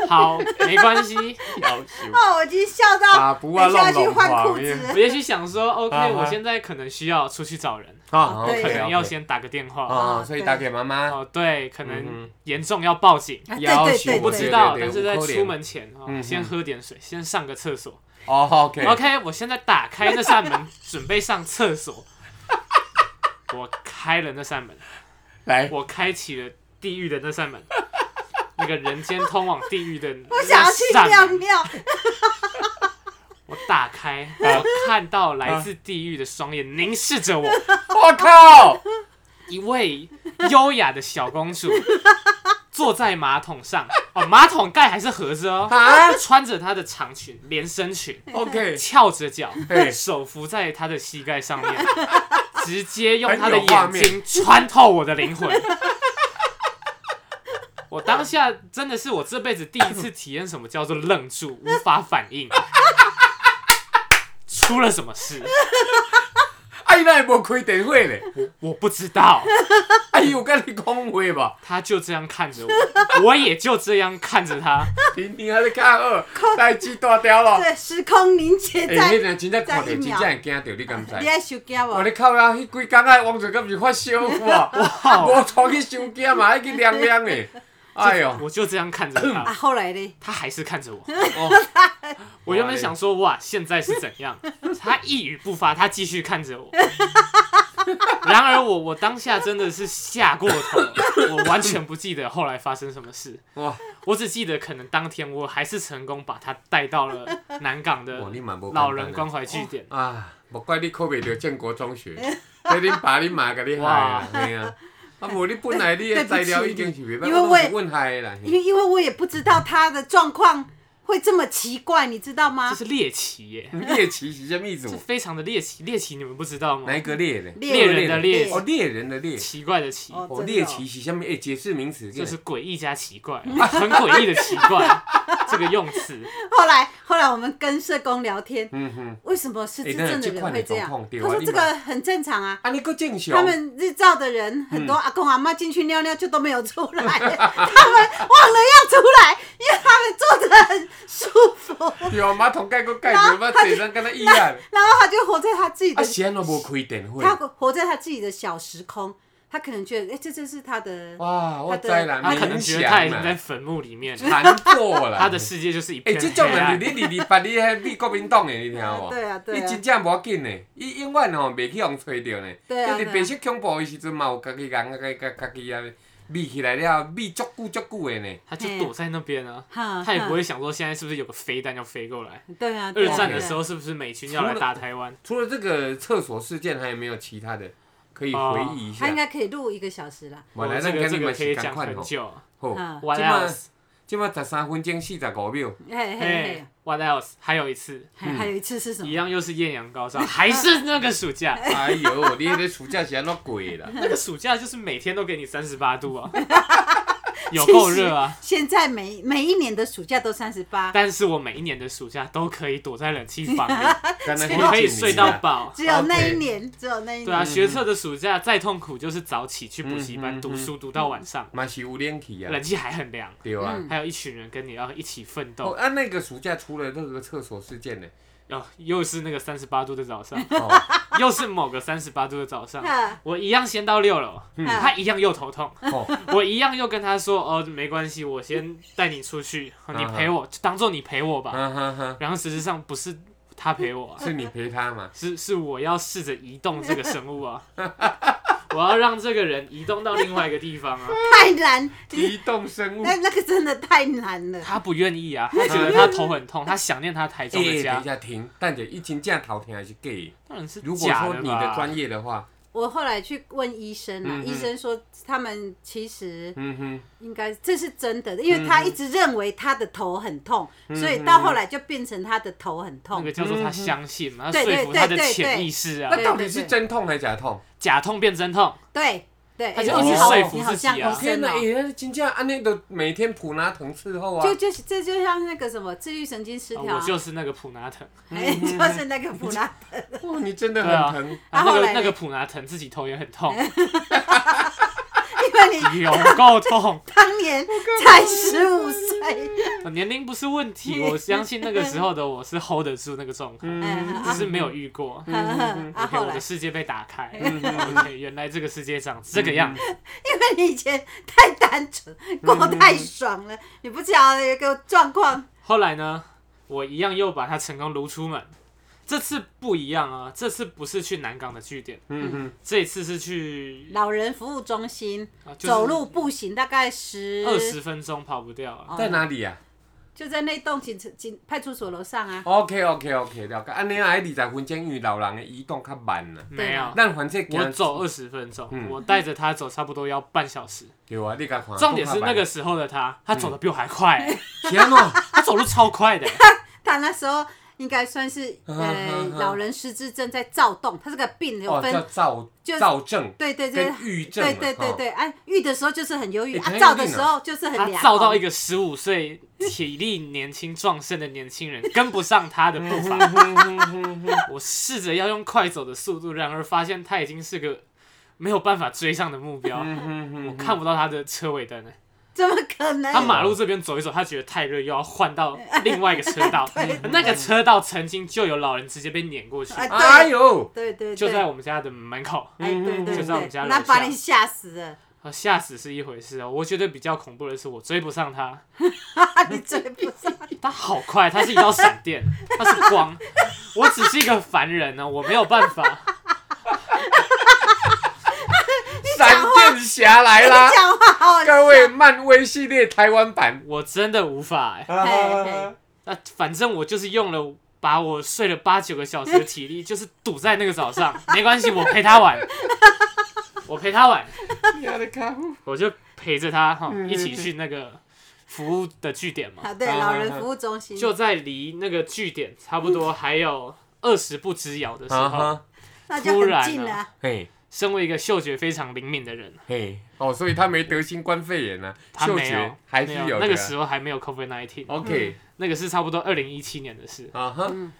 Speaker 3: 好，没关系。
Speaker 1: 夭寿。
Speaker 2: 哦，我已经笑到
Speaker 1: 啊，不啊，
Speaker 2: 等一下
Speaker 1: 弄
Speaker 2: 要去
Speaker 1: 弄
Speaker 2: 换裤
Speaker 1: 黄耶。
Speaker 3: 我
Speaker 2: 子，
Speaker 3: 也许想 说
Speaker 1: 啊
Speaker 3: ，OK，
Speaker 1: 哈
Speaker 3: 我现在可能需要出去找人，
Speaker 1: 啊
Speaker 2: 对
Speaker 3: 可
Speaker 1: ，OK，
Speaker 3: 能要先打个电话。
Speaker 1: 啊，所以打给妈妈。
Speaker 3: 哦，对，可
Speaker 1: 嗯
Speaker 3: 能严重要报警。
Speaker 2: 啊
Speaker 1: 要
Speaker 2: 对
Speaker 1: 求
Speaker 2: 对
Speaker 3: 我不
Speaker 2: 对
Speaker 3: 知
Speaker 2: 对，
Speaker 3: 道，
Speaker 1: 对对
Speaker 3: 但
Speaker 1: 对
Speaker 3: 是在
Speaker 1: 有可能
Speaker 3: 出门前
Speaker 1: 嗯
Speaker 3: 哦，
Speaker 1: 哼
Speaker 3: 先喝点水，先上个厕所。
Speaker 1: 哦，OK，
Speaker 3: OK，我现在打开那扇 门，准备上厕所。我开了那扇门，
Speaker 1: 来，
Speaker 3: 我开启了地狱的那扇门，那个人间通往地狱的
Speaker 2: 我想
Speaker 3: 那
Speaker 2: 要去
Speaker 3: 扇
Speaker 2: 尿
Speaker 3: 门。
Speaker 2: 尿，
Speaker 3: 我打开，我看到来自地狱的双眼凝视着我，
Speaker 1: 我靠，
Speaker 3: 一位优雅的小公主坐在马桶上，哦，马桶盖还是合着哦，
Speaker 1: 啊
Speaker 3: 穿着她的长裙连身裙，
Speaker 1: ，OK，
Speaker 3: 翘着脚
Speaker 1: 嘿，
Speaker 3: 手扶在他的膝盖上 面，直接用他的
Speaker 1: 很有画
Speaker 3: 眼
Speaker 1: 面
Speaker 3: 睛穿透我的灵魂。 我当下真的是我这辈子第一次体验什么叫做愣住，无法反应， 出了什么事
Speaker 1: 哎，那也无开电话咧，
Speaker 3: 我不知道。
Speaker 1: 哎，有跟你讲话吧？
Speaker 3: 他就这样看着我，我也就这样看 着他。
Speaker 1: 你你还在看二，代志大条咯。
Speaker 2: 对，时空凝结
Speaker 1: 哎，迄
Speaker 2: 在，
Speaker 1: 个真正看到，
Speaker 2: 在
Speaker 1: 真
Speaker 2: 一秒
Speaker 1: 正会惊到，你敢知
Speaker 2: 你？爱收惊
Speaker 1: 哇！
Speaker 2: 无？
Speaker 1: 你靠啦，迄几工啊，王俊敢是发烧有啊？
Speaker 3: 哦
Speaker 1: 无带去伤惊嘛，还去凉凉的。哎哟，
Speaker 3: 我就这样看着他
Speaker 2: 啊，。 后来呢？
Speaker 3: 他还是看着我。
Speaker 1: 哦
Speaker 3: 我原本想说，哇，现在是怎样？他一语不发，他继续看着我。 然而我，我当下真的是吓过头，我完全不记得后来发生什么事，
Speaker 1: 哇，
Speaker 3: 我只记得可能当天我还是成功把他带到了南港的
Speaker 1: 哇你蛮不简单啊
Speaker 3: 老人关怀据点。
Speaker 1: 啊，莫怪你考袂到建国中学， 被恁爸恁妈甲你害啊，嘿啊！啊，无你本来你的材料已经是袂歹，
Speaker 2: 因为我
Speaker 1: 拢是
Speaker 2: 也
Speaker 1: 阮害的啦。
Speaker 2: 因为因为我也不知道他的状况会这么奇怪，你知道
Speaker 3: 这
Speaker 2: 吗？
Speaker 3: 是猎奇耶，
Speaker 1: 猎奇是什么 意思
Speaker 3: 这？非常的猎奇，猎奇你们不知道吗
Speaker 1: 哪？一个猎呢？
Speaker 3: 猎人的猎
Speaker 1: 哦，猎人的猎。
Speaker 3: 奇怪的奇，
Speaker 2: 哦
Speaker 1: 哦，猎奇是什么？诶，解释名词
Speaker 3: 就
Speaker 1: 就是
Speaker 3: 诡异加奇怪，很诡异的奇怪，这个用词。
Speaker 2: 后来后来我们跟社工聊天，
Speaker 1: 嗯哼，
Speaker 2: 为什么失智症的人会这样？
Speaker 1: 欸那你去看你总统对啊
Speaker 2: 他说这个很正常啊。
Speaker 1: 啊，你够正常。
Speaker 2: 他们日照的人很多，阿公阿妈进去尿尿就都没有出来，他们忘了要出来，因为他们坐着很舒 服，
Speaker 1: 对哦马桶盖个盖着，我坐人跟他一样。
Speaker 2: 然后他就活在他自己的
Speaker 1: 啊，，是安怎无开电话？
Speaker 2: 他活在他自己的小时空，他可能觉得，哎、这就是他的，
Speaker 1: 哇，我知啦，
Speaker 3: 他可能
Speaker 1: 冥
Speaker 3: 觉得他
Speaker 1: 想
Speaker 3: 已经
Speaker 1: 啦
Speaker 3: 在坟墓里面，
Speaker 1: 残破啦。
Speaker 3: 他的世界就是一
Speaker 1: 诶，
Speaker 3: 片
Speaker 1: 欸哎这
Speaker 3: 黑
Speaker 1: 种
Speaker 3: 暗
Speaker 1: 人。是你二二八，你迄你国民党诶，你听有无？
Speaker 2: 对啊对啊
Speaker 1: 你真正无要紧诶，伊永远吼袂去互吹着呢。
Speaker 2: 对啊
Speaker 1: 就是
Speaker 2: 对啊
Speaker 1: 白色恐怖诶时阵嘛，有家己人啊，家家家己啊，秘起来了，秘足久足久诶呢。
Speaker 3: 他就躲在那边啊，
Speaker 2: 哈
Speaker 3: 他也不会想说现在是不是有个飞弹要飞过来。
Speaker 2: 对啊，
Speaker 3: 二
Speaker 2: 对啊
Speaker 3: 战的时，候是不是美军要来打台湾？
Speaker 1: 除了这个厕所事件，还有没有其他的可以回忆一
Speaker 2: 对啊他
Speaker 1: 下
Speaker 2: 应？该可以录一个小时啦，
Speaker 1: 我
Speaker 3: 哦
Speaker 1: 来
Speaker 3: 这
Speaker 1: 咱
Speaker 3: 个
Speaker 1: 跟
Speaker 3: 这
Speaker 1: 你
Speaker 3: 个
Speaker 1: 们
Speaker 3: 可
Speaker 1: 是
Speaker 3: 以
Speaker 1: 赶
Speaker 3: 讲
Speaker 1: 快
Speaker 3: 很
Speaker 1: 吼。
Speaker 3: 久。啊
Speaker 1: 好
Speaker 2: 嗯，
Speaker 3: What
Speaker 1: 即马
Speaker 3: else？
Speaker 1: 即马十三分钟四十五 秒，
Speaker 2: 嘿嘿
Speaker 3: 嘿嗯
Speaker 2: 嘿，
Speaker 3: ，What else？还有一次，
Speaker 2: 还还有一次是什
Speaker 3: 一
Speaker 2: 么？
Speaker 3: 样又是艳阳高 照，还是那个暑假。
Speaker 1: 哎呦，你迄个暑假是安怎过的啦？
Speaker 3: 那个暑假就是每天都给你三十八度 啊，有够热啊！
Speaker 2: 现在每每一年的暑假都三十八，
Speaker 3: 但是我每一年的暑假都可以躲在冷气房里，
Speaker 1: 敢若
Speaker 3: 我可以
Speaker 1: 去
Speaker 3: 睡
Speaker 1: 一
Speaker 3: 到
Speaker 1: 年啊
Speaker 3: 饱。
Speaker 2: 只有那
Speaker 1: OK
Speaker 2: 一年，只有那一
Speaker 3: 对啊，
Speaker 2: 年。
Speaker 3: 学测的暑假再痛苦就是早起去补习
Speaker 1: 嗯嗯嗯
Speaker 3: 班
Speaker 1: 嗯
Speaker 3: 读书，读到晚上，
Speaker 1: 嘛是有冷气啊，
Speaker 3: 冷气还很凉，
Speaker 1: 对啊。
Speaker 2: 嗯
Speaker 3: 还有一群人跟你要一起奋
Speaker 1: 哦，
Speaker 3: 斗。
Speaker 1: 啊，那个暑假除了那个厕所事件 呢，
Speaker 3: 哦，又是那个三十八度的早上，
Speaker 1: 哦，
Speaker 3: 又是某个三十八度的早上，
Speaker 2: 哈
Speaker 3: 我一样先到六楼，
Speaker 1: 嗯
Speaker 3: 他一样又头痛，
Speaker 1: 哦，
Speaker 3: 我一样又跟他说哦，没关系，我先带你出去，你陪
Speaker 1: 嗯
Speaker 3: 我，就当做你陪我吧。
Speaker 1: 哈啊哈哈，
Speaker 3: 然后实质上不是
Speaker 1: 嗯
Speaker 3: 他陪我啊，
Speaker 1: 是你陪他嘛？
Speaker 3: 是是我要试着移动这个生物啊。我要让这个人移动到另外一个地方啊。
Speaker 2: 太难，
Speaker 1: 移动生物。
Speaker 2: 那那个真的太难了。
Speaker 3: 他不 愿意啊，他觉得他头很痛，他想念他台中的
Speaker 1: 欸等
Speaker 3: 家
Speaker 1: 一，下停，蛋姐，一斤这样头疼还是假的？
Speaker 3: 当然是
Speaker 1: 如果
Speaker 3: 假
Speaker 1: 说
Speaker 3: 的
Speaker 1: 你的
Speaker 3: 吧。
Speaker 1: 专业的话，
Speaker 2: 我后来去问医生啊，
Speaker 1: 嗯嗯
Speaker 2: 医生说他们其实
Speaker 1: 嗯哼，
Speaker 2: 应该这是真的，因为他一直认为他的头很痛，所以到后来就变成他的头很
Speaker 3: 那
Speaker 2: 痛。
Speaker 3: 个
Speaker 1: 嗯
Speaker 3: 叫做他相信嘛，他
Speaker 2: 对
Speaker 3: 说
Speaker 2: 对
Speaker 3: 服
Speaker 2: 对
Speaker 3: 他的
Speaker 2: 对
Speaker 3: 潜
Speaker 2: 对
Speaker 3: 意识啊，
Speaker 1: 那到底
Speaker 2: 对对
Speaker 1: 是
Speaker 2: 对
Speaker 1: 真痛还是假痛？
Speaker 3: 假痛变真痛，
Speaker 2: 对对，
Speaker 3: 他
Speaker 2: 哎
Speaker 3: 就
Speaker 1: 一直
Speaker 2: 你好
Speaker 1: 说
Speaker 3: 服
Speaker 2: 你好
Speaker 3: 自己
Speaker 2: 像
Speaker 3: 啊
Speaker 2: 医
Speaker 1: 天
Speaker 2: 生
Speaker 1: 哪，
Speaker 2: 哦。
Speaker 1: 哎，那真正安尼的每天普拿疼伺候啊
Speaker 2: 就，就是这就像那个什么自律神经失
Speaker 3: 啊
Speaker 2: 调啊、
Speaker 3: 我就是那个普拿疼，
Speaker 2: 哎，就是那个普拉
Speaker 1: 哇，哦你真的
Speaker 3: 对啊
Speaker 1: 很疼。
Speaker 3: 啊，
Speaker 2: 后
Speaker 3: 那个
Speaker 2: 来呢
Speaker 3: 那个普拿疼自己头也很痛，
Speaker 2: 因为你
Speaker 3: 有够痛，
Speaker 2: 当年才十五岁，
Speaker 3: 年龄不是问 题，我相信那个时候的我是 hold 得住那个状况，
Speaker 2: 嗯
Speaker 3: 只是没有遇过。
Speaker 2: 啊啊
Speaker 3: OK，
Speaker 2: 后
Speaker 3: 我
Speaker 2: 来嗯
Speaker 3: 的世界被打开。OK，原来这个世界长这个样子。
Speaker 2: 因为你以前太单纯，过太爽了，你不晓得有一个状况，
Speaker 3: 后来呢，我一样又把他成功撸出门。这次不一样啊，这次不是去南港的据点，
Speaker 1: 嗯哼，
Speaker 3: 这次是去、
Speaker 2: 老人服务中心
Speaker 3: 啊、就是
Speaker 2: 走路步行大概十
Speaker 3: 二十分钟跑不掉啊。
Speaker 2: 哦
Speaker 1: 在哪里啊
Speaker 2: 就在那栋警警派出所楼上啊，
Speaker 1: ？OK OK OK，了解。安尼啊，二十分钟，因为老人的移动较慢啊。
Speaker 3: 没有，
Speaker 1: 咱反正
Speaker 3: 哦我
Speaker 1: 行
Speaker 3: 走二十分钟，
Speaker 1: 啊嗯
Speaker 3: 我带着他走差不多要半小时。
Speaker 1: 对啊，你甲看。
Speaker 3: 重点是那个时候的他，他走的比我还快、欸
Speaker 1: 天 哦，
Speaker 3: 他走路超快的、欸
Speaker 2: 他那时候。应该算是呃老人失智症在躁动，他这个病有
Speaker 1: 哦
Speaker 2: 分，
Speaker 1: 叫躁
Speaker 2: 就
Speaker 1: 躁症
Speaker 2: 对对对
Speaker 1: 跟，郁症啊，
Speaker 2: 对对对
Speaker 1: 吼，
Speaker 2: 对，哎、郁的时候就是很忧郁，
Speaker 1: 欸
Speaker 2: 啊
Speaker 1: 可能
Speaker 2: 躁
Speaker 1: 一定
Speaker 2: 的
Speaker 1: 啊
Speaker 2: 时候就是很
Speaker 3: 他
Speaker 2: 凉。哦
Speaker 3: 照到一个十五岁体力年轻壮盛的年轻人 跟不上他的步伐。我试着要用快走的速度，然而发现他已经是个没有办法追上的目标，
Speaker 1: 嗯
Speaker 3: 我看不到他的车尾灯了。
Speaker 2: 怎么可能？
Speaker 3: 他马路这边走一走，他觉得太热，又要换到另外一个车 道。那个车道曾经就有老人直接被碾过去，
Speaker 2: 哎对
Speaker 1: 哎呦，
Speaker 2: 对对对，
Speaker 3: 就在我们家的门口，
Speaker 2: 哎对对
Speaker 3: 就在我们家
Speaker 2: 对，
Speaker 3: 楼
Speaker 2: 那把
Speaker 3: 下
Speaker 2: 你吓死了，
Speaker 3: 啊吓死是一回事哦。我觉得比较恐怖的是，我追不上他。
Speaker 2: 你追不上，
Speaker 3: 他好快，他是一道闪电，他是光，我只是一个凡人呢、我没有办法。
Speaker 1: 闪电侠来哎啦！
Speaker 2: 哎讲话好好笑
Speaker 1: 各位，漫威系列台湾版。
Speaker 3: 我真的无法哎、
Speaker 2: 嘿嘿
Speaker 3: 那反正我就是用了把我睡了八九个小时的体力，就是赌在那个早上。没关系，我陪他玩，我陪他玩， 我就陪着他哈一起去那个服务的据点嘛。
Speaker 2: 啊对，老人服务中心
Speaker 3: 就在离那个据点差不多还有二十步之遥的时
Speaker 1: 啊
Speaker 3: 候，
Speaker 1: 哈，
Speaker 2: 那就
Speaker 3: 突然
Speaker 2: 很
Speaker 3: 啊
Speaker 2: 近了啊，
Speaker 1: 嘿，
Speaker 3: 身为一个嗅觉非常灵敏的人，
Speaker 1: 嘿，哦，所以他没得新冠肺炎啊，
Speaker 3: 他
Speaker 1: 嗅
Speaker 3: 没
Speaker 1: 觉
Speaker 3: 有，
Speaker 1: 还是
Speaker 3: 没
Speaker 1: 有
Speaker 3: 那个
Speaker 1: 的。
Speaker 3: 时候还没有 COVID nineteen，、
Speaker 1: OK，
Speaker 3: 那个是差不多二零一七年的事。
Speaker 1: 啊哈，
Speaker 3: 嗯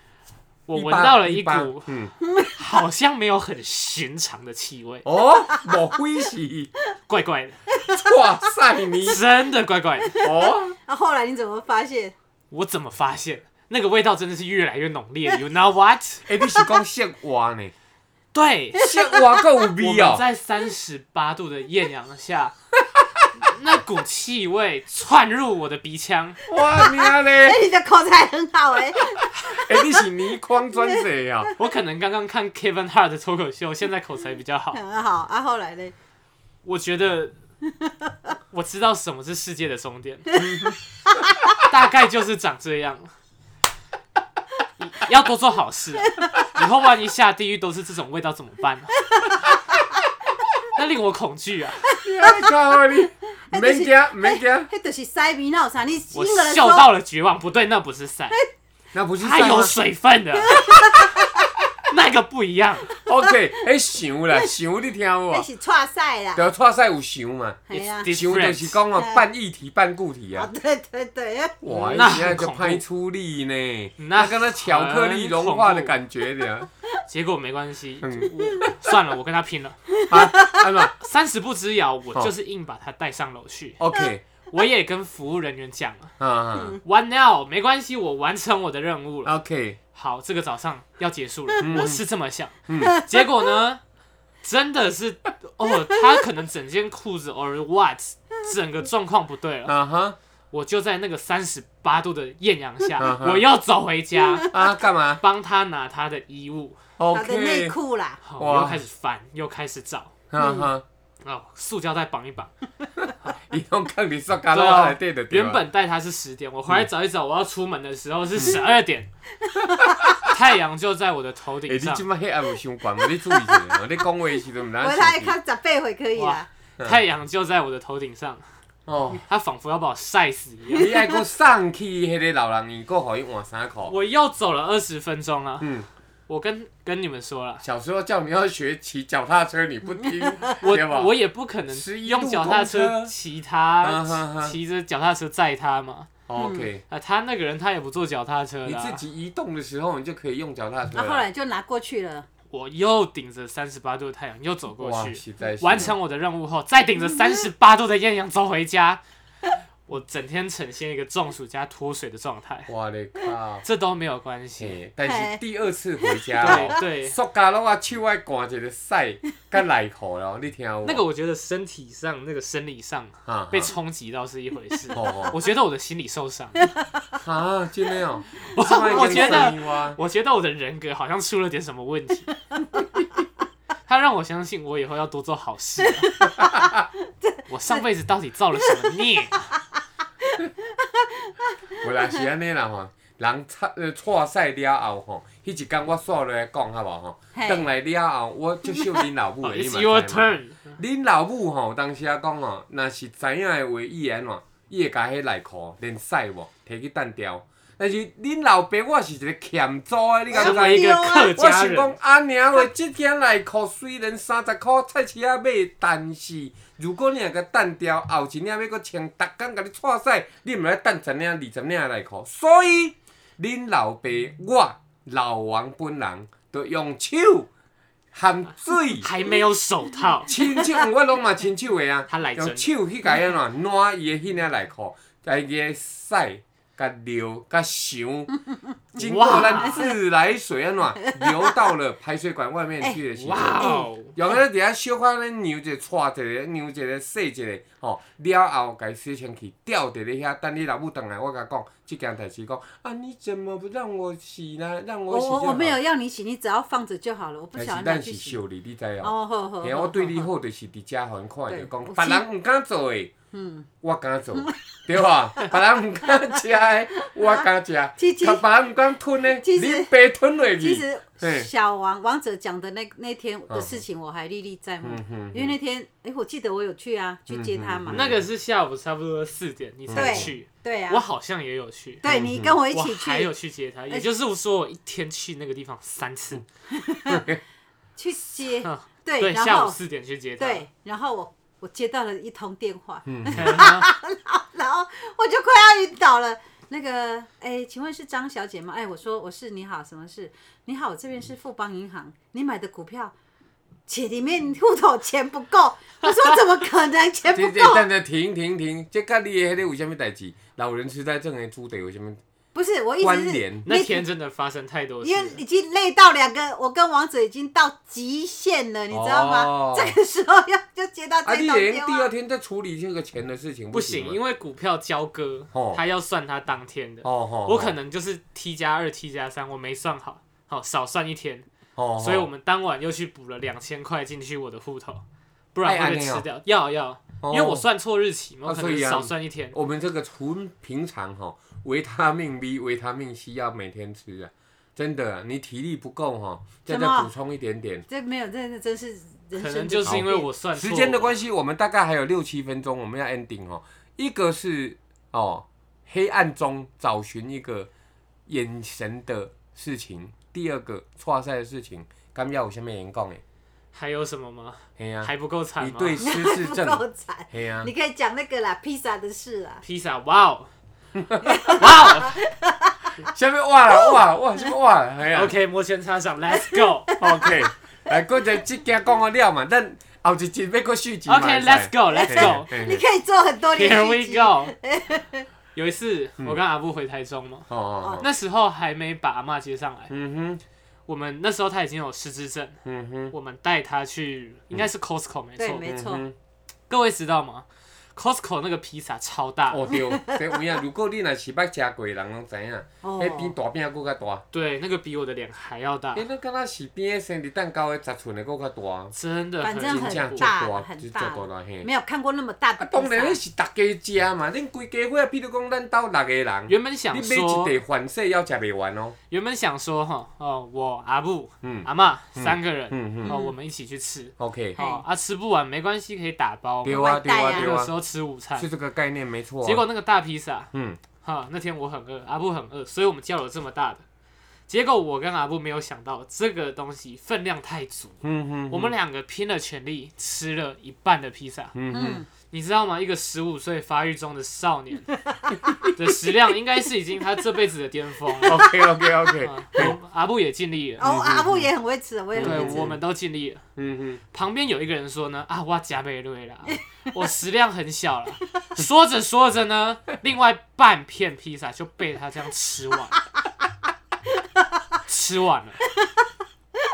Speaker 3: 我
Speaker 1: 一
Speaker 3: 闻
Speaker 1: 八
Speaker 3: 到了一
Speaker 1: 八
Speaker 3: 股
Speaker 1: 嗯，
Speaker 3: 好像没有很寻常的气味，
Speaker 1: 哦，莫非是？
Speaker 3: 怪怪的，
Speaker 1: 哇塞你！
Speaker 3: 真的怪怪的。
Speaker 1: 哦，
Speaker 2: 那后来你怎么发现？哎
Speaker 3: 我怎么发现那个味道真的是越来越浓烈？You know what？
Speaker 1: 哎，你是讲石蛙呢？
Speaker 3: 对，
Speaker 1: 石蛙够有
Speaker 3: 我
Speaker 1: 味
Speaker 3: 们
Speaker 1: 哦。
Speaker 3: 在三十八度的艳阳下，那股气味窜入我的鼻腔，
Speaker 1: 哇娘嘞！
Speaker 2: 哎，你的口才很好哎，
Speaker 1: 哎，你是倪匡转世啊？
Speaker 3: 我可能刚刚看 Kevin Hart 的脱口秀，现在口才比较好。
Speaker 2: 很好啊。后来呢？
Speaker 3: 我觉得我知道什么是世界的终点， 大概就是长这样。 要多做好事，以后万一下地狱都是这种味道怎么办、啊？那令我恐惧啊！
Speaker 1: 哎你看我你，唔免惊，唔免惊，
Speaker 2: 哎那就是塞鼻闹啥？你婴
Speaker 3: 我
Speaker 2: 儿的时
Speaker 3: 嗅
Speaker 2: 候，
Speaker 3: 到了绝望，不对，那不是伞，
Speaker 1: 那哎不是
Speaker 3: 它
Speaker 1: 散吗
Speaker 3: 哎有水分的， 那个不一样。
Speaker 1: ？OK，哎，想啦，想你听有
Speaker 2: 那
Speaker 1: 无？
Speaker 2: 是岔赛啦，
Speaker 1: 就蔡赛有想嘛？
Speaker 2: 哎呀
Speaker 3: It's
Speaker 1: 想就是讲哦，
Speaker 2: Different
Speaker 1: 半液体半固体
Speaker 2: 啊
Speaker 1: 啊。
Speaker 2: 对对对，哎
Speaker 1: 哇，
Speaker 3: 那
Speaker 1: 那现在
Speaker 3: 很
Speaker 1: 就
Speaker 3: 恐怖
Speaker 1: 拍出力呢，
Speaker 3: 那
Speaker 1: 那跟那巧克力融化的感觉的。
Speaker 3: 结果没关系，
Speaker 1: 嗯
Speaker 3: 我算了，我跟他拼了。
Speaker 1: 啊，安嘛
Speaker 3: 三十步之遥，
Speaker 1: 哦
Speaker 3: 我就是硬把他带上楼去。
Speaker 1: ，OK，
Speaker 3: 我也跟服务人员讲
Speaker 1: 啊
Speaker 3: 了。
Speaker 1: 啊
Speaker 3: 完了，没关系，我完成我的任务了。
Speaker 1: ，OK，
Speaker 3: 好，这个早上要结束了，
Speaker 1: 嗯
Speaker 3: 我是这么想。 结果呢，真的是哦，他可能整件裤子 or what，整个状况不对了。
Speaker 1: 啊哈，
Speaker 3: 我就在那个三十八度的艳阳下
Speaker 1: 嗯，哼
Speaker 3: 我要走回家，
Speaker 1: 啊，干嘛
Speaker 3: 帮他拿他的衣物。
Speaker 2: 他的内
Speaker 1: ？OK，
Speaker 2: 裤啦，
Speaker 3: 好，
Speaker 1: 哇
Speaker 3: 我又开始翻，又开始找。
Speaker 1: 啊哈哈，
Speaker 3: 哦，塑胶袋绑一绑。
Speaker 1: 伊拢放伫塑胶袋内底就对了
Speaker 3: 原本带它是十点，我回
Speaker 1: 嗯
Speaker 3: 来找一找，我要出门的时候是十 二点，太阳就在我的头
Speaker 1: 诶，
Speaker 3: 顶
Speaker 1: 你
Speaker 3: 上
Speaker 1: 即，摆迄暗有伤悬无？你注意一下，哦你讲话的时阵毋 通
Speaker 2: 回来看十倍回可以啦。
Speaker 1: 嗯
Speaker 3: 太阳就在我的头顶上，
Speaker 1: 哦，
Speaker 3: 它仿佛要把我晒死一样。
Speaker 1: 你爱佫送去迄个老人院，佫互伊换衫裤。
Speaker 3: 我又走了二十分钟啊！
Speaker 1: 嗯，
Speaker 3: 我跟跟你们说了，
Speaker 1: 小时候叫你要学骑脚踏车，你不听，
Speaker 3: 我
Speaker 1: 对吧？
Speaker 3: 我也不可
Speaker 1: 十
Speaker 3: 能
Speaker 1: 一
Speaker 3: 用
Speaker 1: 路
Speaker 3: 脚踏
Speaker 1: 公
Speaker 3: 车
Speaker 1: 车
Speaker 3: 骑
Speaker 1: 啊哈
Speaker 3: 他，
Speaker 1: 哈
Speaker 3: 骑着脚踏车载他嘛。
Speaker 1: OK，
Speaker 3: 啊，他那个人他也不坐脚踏车
Speaker 1: 你
Speaker 3: 的啊、
Speaker 1: 自己移动的时候，你就可以用脚踏车
Speaker 2: 那
Speaker 1: 了。
Speaker 2: 后来就拿过去了，
Speaker 3: 我又顶着三十八度的太阳又走过
Speaker 1: 哇，
Speaker 3: 去，
Speaker 1: 实在是
Speaker 3: 完成我的任务后，再顶着三十八度的艳阳走回家，我整天呈现一个中暑加脱水的状态，
Speaker 1: 我的靠！
Speaker 3: 这都没有关系。
Speaker 1: 嘿，但是第二次回家
Speaker 3: 对
Speaker 1: 哦，
Speaker 3: 对，
Speaker 1: 塑胶拢啊手爱挂一个塞甲内裤了，你听有无？
Speaker 3: 那个我觉得身体上那个生理上
Speaker 1: 哈
Speaker 3: 被冲击到是一回事，
Speaker 1: 哦，
Speaker 3: 我觉得我的心理受伤，
Speaker 1: 哈，真的哦，
Speaker 3: 我我觉得
Speaker 1: 得
Speaker 3: 我觉得我的人格好像出了点什么问题。 他让我相信我以后要多做好事啊。 我上辈子到底造了什么孽？
Speaker 1: 有啦是安尼啦吼，人插呃错赛了后吼，迄一天我煞落来讲好无吼，
Speaker 2: 嘿
Speaker 1: 转来了后我就秀恁老母
Speaker 3: 哦
Speaker 1: 的，你
Speaker 3: It's
Speaker 1: 嘛
Speaker 3: your
Speaker 1: 知嘛？
Speaker 3: turn。
Speaker 1: 恁老母吼，有当时啊讲吼，若是知影的话，伊会安怎？伊会甲迄内裤连屎无，摕去弹掉。但是恁老爸我是一个欠租的，你敢
Speaker 3: 身
Speaker 1: 知？
Speaker 3: 为一个客
Speaker 1: 我
Speaker 3: 家
Speaker 1: 想讲
Speaker 3: 人，，，
Speaker 1: 阿娘话，即件内裤虽然三十箍菜市仔买，但是如果你若甲等掉，后一领要搁穿，逐工甲你错屎，你毋要等十领、二十领的内裤。所以，恁老爸我老王本人，着用手含水
Speaker 3: 还没有手 套，
Speaker 1: 亲手，我拢嘛亲手的啊，
Speaker 3: 他来真
Speaker 1: 用。手去甲伊呐，暖伊的迄领内裤，甲伊个屎、甲尿、甲翔，经过咱自来水安怎流到了排水管外面去的时候，
Speaker 3: 哇哦！
Speaker 1: 用个底下小可咧扭一个、搓一个、扭一个、洗一个，吼、了后甲伊洗清气，吊伫咧遐，等你老母倒来，我甲讲即件代志，讲啊，你怎么不让我洗呢？让
Speaker 2: 我
Speaker 1: 我洗就
Speaker 2: 我
Speaker 1: 好。
Speaker 2: 我哦没有要你洗，你只要放着就好了，我不
Speaker 1: 但是
Speaker 2: 想让
Speaker 1: 咱
Speaker 2: 你
Speaker 1: 是
Speaker 2: 洗。
Speaker 1: 秀你，你知哦。
Speaker 2: 哦，好好。
Speaker 1: 嘿，我对你好，就是伫遮互因看着，讲
Speaker 2: 对
Speaker 1: 别人毋敢做诶，
Speaker 2: 嗯，
Speaker 1: 我敢做，对吧？别人毋敢食诶，我敢食；，
Speaker 2: 其实
Speaker 1: 甲别人毋敢吞诶，
Speaker 2: 其实
Speaker 1: 恁爸吞落
Speaker 2: 其
Speaker 1: 去。
Speaker 2: 实
Speaker 1: 嘿
Speaker 2: 小王王者讲的那那天的事情，我还历历在目
Speaker 1: 嗯，哼
Speaker 2: 因为那天，哎，我记得我有去啊，去接他嘛。
Speaker 3: 嗯那个是下午差不多四点你才
Speaker 2: 对
Speaker 3: 去，嗯
Speaker 2: 对
Speaker 3: 我
Speaker 2: 啊，
Speaker 3: 好像也有去，
Speaker 2: 对你跟我一
Speaker 3: 我
Speaker 2: 起
Speaker 3: 还有
Speaker 2: 去
Speaker 3: 去接他，也就是说我一天去那个地方三次，
Speaker 2: 去接，
Speaker 3: 嗯
Speaker 2: 对，
Speaker 3: 对，
Speaker 2: 然
Speaker 3: 下午
Speaker 2: 后
Speaker 3: 四点去接他，
Speaker 2: 对，然后我我接到了一通电话，
Speaker 3: 嗯
Speaker 2: 然后我就快要晕倒了。那个，哎、请问是张小姐吗？哎、我说我是，你好，什么事？你好，我这边是富邦银行，你买的股票，且里面户头钱不够。我说怎么可能钱
Speaker 1: 这
Speaker 2: 哎不
Speaker 1: 这
Speaker 2: 够？
Speaker 1: 等下停停停，这甲你诶迄个有啥物代志？老人痴呆症诶主题有啥物
Speaker 2: 不是，我意思
Speaker 1: 关
Speaker 2: 是，
Speaker 1: 联？
Speaker 3: 那天真的发生太多事
Speaker 2: 因为
Speaker 3: 了，
Speaker 2: 已经累到两个，我跟王者已经到极限了，你知道吗？
Speaker 1: 哦
Speaker 2: 这个时候要就接到
Speaker 1: 啊，
Speaker 2: 这
Speaker 1: 你
Speaker 2: 通
Speaker 1: 连
Speaker 2: 电
Speaker 1: 第二
Speaker 2: 话，
Speaker 1: 天再处理这个钱的事情
Speaker 3: 不
Speaker 1: 行
Speaker 3: 行，
Speaker 1: 吗？
Speaker 3: 因为股票交割
Speaker 1: 哦，
Speaker 3: 他要算他当天的，
Speaker 1: 哦吼，
Speaker 3: 我可能就是 T 加二 T 加三，我没算好，好少算一天，
Speaker 1: 哦，
Speaker 3: 所以我们当晚又去补了两千块进去我的户头，不然
Speaker 1: 哎
Speaker 3: 会被
Speaker 1: 安内哦
Speaker 3: 吃掉。要要，
Speaker 1: 哦
Speaker 3: 因为我算错日期嘛，
Speaker 1: 啊
Speaker 3: 我可能
Speaker 1: 所以啊
Speaker 3: 少算一天。
Speaker 1: 我们这个纯平常哈、维他命 B、维他命 C 要每天吃啊，真的啊、你体力不够哈、再
Speaker 2: 怎
Speaker 1: 再
Speaker 2: 么
Speaker 1: 补充一点点。
Speaker 2: 这没有，这这真是人生
Speaker 3: 可
Speaker 2: 的
Speaker 3: 能就是因为
Speaker 2: 考验
Speaker 3: 我算错
Speaker 1: 时间的关系，我们大概还有六七分钟，我们要 ending 哦。一个是哦，黑暗中找寻一个眼神的事情；第二个，错赛的事情。刚要有下面人讲诶，
Speaker 3: 还有什么吗？
Speaker 1: 嘿呀、
Speaker 3: 还不够惨
Speaker 1: 啊你
Speaker 3: 吗？
Speaker 1: 对失智
Speaker 2: 不
Speaker 1: 症， 嗯
Speaker 2: 够惨。
Speaker 1: 嘿呀、
Speaker 2: 你可以讲那个啦，披萨的事啦。
Speaker 3: 披萨，哇哦，哇
Speaker 1: 下面哇了哇哇什么哇了，嘿呀、
Speaker 3: 哦，OK，摩拳擦掌 ，Let's go，OK，Let's
Speaker 1: OK，来，搁者即件讲完了嘛，咱后一集要搁续集嘛。
Speaker 3: go，Let's go，Here
Speaker 2: 你可以做很 多连续
Speaker 3: we
Speaker 2: 剧。
Speaker 3: go。有一次
Speaker 1: 嗯
Speaker 3: 我跟阿布回台中嘛，
Speaker 1: 哦哦，哦
Speaker 3: 那时候还没把阿嬷接上来，
Speaker 1: 嗯哼，
Speaker 3: 我们那时候他已经有失智症，
Speaker 1: 嗯哼，
Speaker 3: 我们带他去应该是 Costco 没
Speaker 2: 对，
Speaker 3: 错，
Speaker 2: 没错，
Speaker 1: 嗯
Speaker 3: 各位知道吗 Costco 那个披萨超大，
Speaker 1: 哦对，这有影。如果你若是捌食过的人，拢知影，
Speaker 2: 哦
Speaker 1: 迄比大饼佫较大。
Speaker 3: 对，那个比我的脸还要大
Speaker 1: 迄，那敢若是比迄生日蛋糕的十寸的佫较大，
Speaker 3: 真的
Speaker 2: 反正
Speaker 3: 很
Speaker 1: 真正
Speaker 2: 很
Speaker 1: 足
Speaker 2: 大
Speaker 1: 大，
Speaker 2: 很
Speaker 1: 真足
Speaker 2: 大
Speaker 1: 大啦嘿。
Speaker 2: 没有看过那么大
Speaker 1: 啊
Speaker 2: 的，披
Speaker 1: 当然，
Speaker 2: 萨
Speaker 1: 迄是逐家食嘛。啊恁规家伙，比如讲咱兜六个人，
Speaker 3: 原本
Speaker 1: 你
Speaker 3: 想
Speaker 1: 买一
Speaker 3: 说，
Speaker 1: 地番薯要食袂完哦。
Speaker 3: 原本想说哈，哦，我阿布、
Speaker 1: 嗯
Speaker 3: 阿妈三个人，
Speaker 1: 嗯嗯
Speaker 3: 哦，我们一起去吃，
Speaker 1: ，OK，
Speaker 2: 嗯
Speaker 3: 哦啊，吃不完没关系，可以打包嘛，
Speaker 1: 对
Speaker 2: 外
Speaker 1: 啊对
Speaker 2: 带啊
Speaker 1: 啊对
Speaker 3: 有时
Speaker 1: 啊，
Speaker 3: 候吃午餐
Speaker 1: 是。这个概念没错啊。
Speaker 3: 结果那个大披萨，
Speaker 1: 嗯，
Speaker 3: 哈，那天我很饿，阿布很饿，所以我们叫了这么大的。结果我跟阿布没有想到，这个东西分量太足，
Speaker 1: 嗯嗯
Speaker 3: 我们两个拼了全力吃了一半的披萨，
Speaker 1: 嗯 嗯，
Speaker 2: 嗯，
Speaker 3: 你知道吗？一个十五岁发育中的少年的食量，应该是已经他这辈子的巅峰 了。
Speaker 1: OK OK OK，
Speaker 3: 啊我阿布也尽力了，
Speaker 1: 嗯
Speaker 2: 哦，阿布也很会吃，我也
Speaker 3: 对
Speaker 2: 很会，吃。
Speaker 3: 我们都尽力了。
Speaker 1: 嗯嗯，
Speaker 3: 旁边有一个人说呢，啊，我加倍瑞啦， 我食量很小了。说着说着呢，另外半片披萨就被他这样吃完， 吃完了，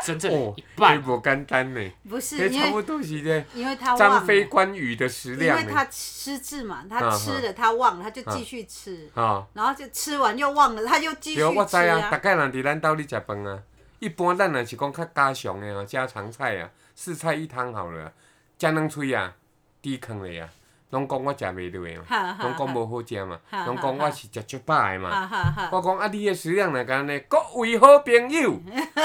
Speaker 3: 整整
Speaker 1: 哦
Speaker 3: 一，
Speaker 1: 这
Speaker 3: 半。
Speaker 1: 无简单呢，
Speaker 2: 不是
Speaker 1: 这
Speaker 2: 因
Speaker 1: 差不
Speaker 2: 为
Speaker 1: 多是这
Speaker 2: 因为他
Speaker 1: 张
Speaker 2: 忘
Speaker 1: 飞、
Speaker 2: 了，
Speaker 1: 关羽的食
Speaker 2: 因为
Speaker 1: 量呢
Speaker 2: 他。失智嘛，
Speaker 1: 嗯
Speaker 2: 他吃了他忘了，他就继续吃，
Speaker 1: 啊，
Speaker 2: 然后就吃完又忘了，他又继续
Speaker 1: 对，我知
Speaker 2: 吃
Speaker 1: 啊，大概人伫咱兜咧食饭啊。一般咱若是讲较家常的啊，家常菜啊，四菜一汤好了，加两喙啊，猪坑咧啊，拢讲我食袂落的嘛，
Speaker 2: 哈哈
Speaker 1: 拢讲
Speaker 2: 哈
Speaker 1: 无好食嘛，
Speaker 2: 哈
Speaker 1: 拢讲我是食足饱的嘛。
Speaker 2: 哈哈哈，
Speaker 1: 我讲啊，你的食量若干呢？各位好朋友，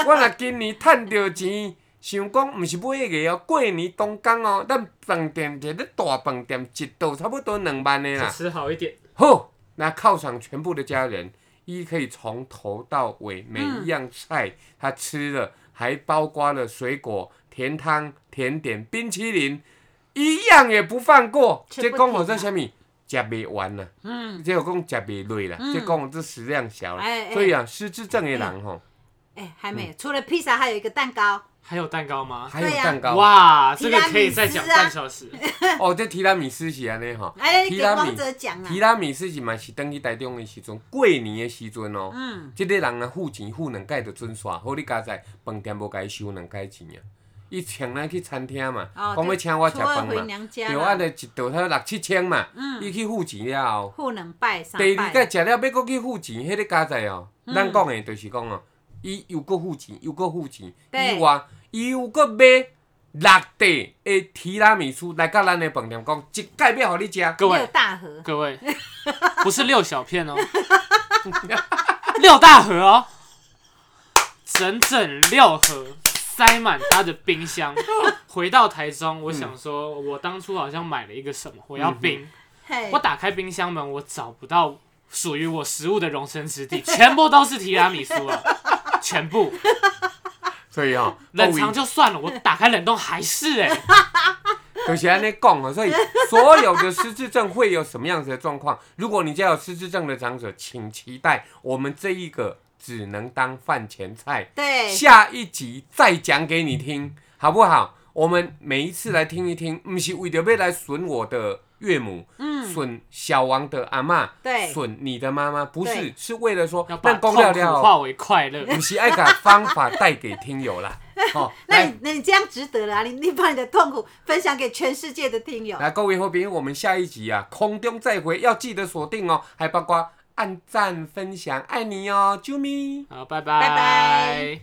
Speaker 1: 我若今年趁着钱，想讲毋是买个哦，过年当工哦，咱饭店一个大饭店一道差不多两万的啦。
Speaker 3: 吃好一点，
Speaker 1: 好，那犒赏全部的家人，一可以从头到尾每一样菜他吃了，还包括了水果、甜汤、甜点、冰淇淋，一样也不放过。
Speaker 2: 吃
Speaker 1: 这
Speaker 2: 不
Speaker 1: 讲我
Speaker 2: 停
Speaker 1: 这
Speaker 2: 啊
Speaker 1: 什么？食袂完啦、
Speaker 2: 嗯，
Speaker 1: 这有讲食袂累啦，
Speaker 2: 嗯
Speaker 1: 这讲我这食量小啦，
Speaker 2: 哎哎
Speaker 1: 所以啊，失智症的人吼，
Speaker 2: 哎，还
Speaker 1: 嗯
Speaker 2: 没，除了披萨还有一个蛋糕，
Speaker 3: 还有蛋糕吗？
Speaker 1: 还有
Speaker 2: 对啊
Speaker 1: 蛋糕、
Speaker 3: 哇，
Speaker 2: 提
Speaker 3: 这
Speaker 2: 拉
Speaker 3: 个
Speaker 2: 米
Speaker 3: 可以再讲
Speaker 2: 斯啊
Speaker 3: 半小时。
Speaker 1: 哦，这提拉米斯是安尼吼，
Speaker 2: 哎，
Speaker 1: 嗯提
Speaker 2: 给
Speaker 1: 拉米
Speaker 2: 光泽讲啊
Speaker 1: 提，拉米斯是嘛是等去台中的时阵，过年的时阵哦，
Speaker 2: 嗯，
Speaker 1: 即个人啊，付钱付两届就准煞，好你家在饭店无甲伊收两届钱啊。伊请咱去餐厅嘛，
Speaker 2: 哦
Speaker 1: 讲、要请我食
Speaker 2: 初二
Speaker 1: 饭
Speaker 2: 回
Speaker 1: 嘛，
Speaker 2: 娘家
Speaker 1: 对啊，
Speaker 2: 啦，
Speaker 1: 就一道他六七千嘛，
Speaker 2: 嗯
Speaker 1: 伊、去付钱了后，
Speaker 2: 互能拜三
Speaker 1: 第二
Speaker 2: 拜，
Speaker 1: 届食了要搁去付钱，迄个家在哦，
Speaker 2: 嗯
Speaker 1: 咱讲的就是讲哦，伊又搁付钱，又搁付钱，
Speaker 2: 对
Speaker 1: 以外，伊又搁买六地的提拉米苏来到咱的饭店讲，一届要互你食，
Speaker 3: 各
Speaker 2: 六
Speaker 3: 位
Speaker 2: 大盒，
Speaker 3: 各位，不是六小片哦， 六大盒哦，整整六盒塞满他的冰箱。回到台中，我想说，我当初好像买了一个什么，我
Speaker 1: 嗯
Speaker 3: 要冰。
Speaker 2: 嘿
Speaker 3: 我，打开冰箱门，我找不到属于我食物的容身之地，全部都是提拉米苏了，全 部
Speaker 1: 所以哦，
Speaker 3: 冷
Speaker 1: 各位
Speaker 3: 藏就算了，我打开冷冻还是 哎、
Speaker 1: 就是安尼讲哦，所以所有的失智症会有什么样子的状况？如果你家有失智症的长者，请期待我们这一个只能当饭前菜，
Speaker 2: 对，
Speaker 1: 下一集再讲给你听，好不好？我们每一次来听一听，不是为了要来损我的岳母，
Speaker 2: 嗯，
Speaker 1: 损小王的阿嬷，
Speaker 2: 对
Speaker 1: 损你的妈妈，不是
Speaker 2: 对，
Speaker 1: 是为了说
Speaker 3: 要把
Speaker 1: 让
Speaker 3: 痛
Speaker 1: 公
Speaker 3: 苦
Speaker 1: 料料，
Speaker 3: 化为快 乐。
Speaker 1: 不是爱把方法带给听友 啦。哦，
Speaker 2: 那
Speaker 1: 来
Speaker 2: 你那你这样值得了啊！你你把你的痛苦分享给全世界的听友，
Speaker 1: 来，各位好朋友，我们下一集啊，空中再会，要记得锁定哦，还包括按赞、分享，爱你哦，啾咪。
Speaker 3: 好，拜
Speaker 2: 拜拜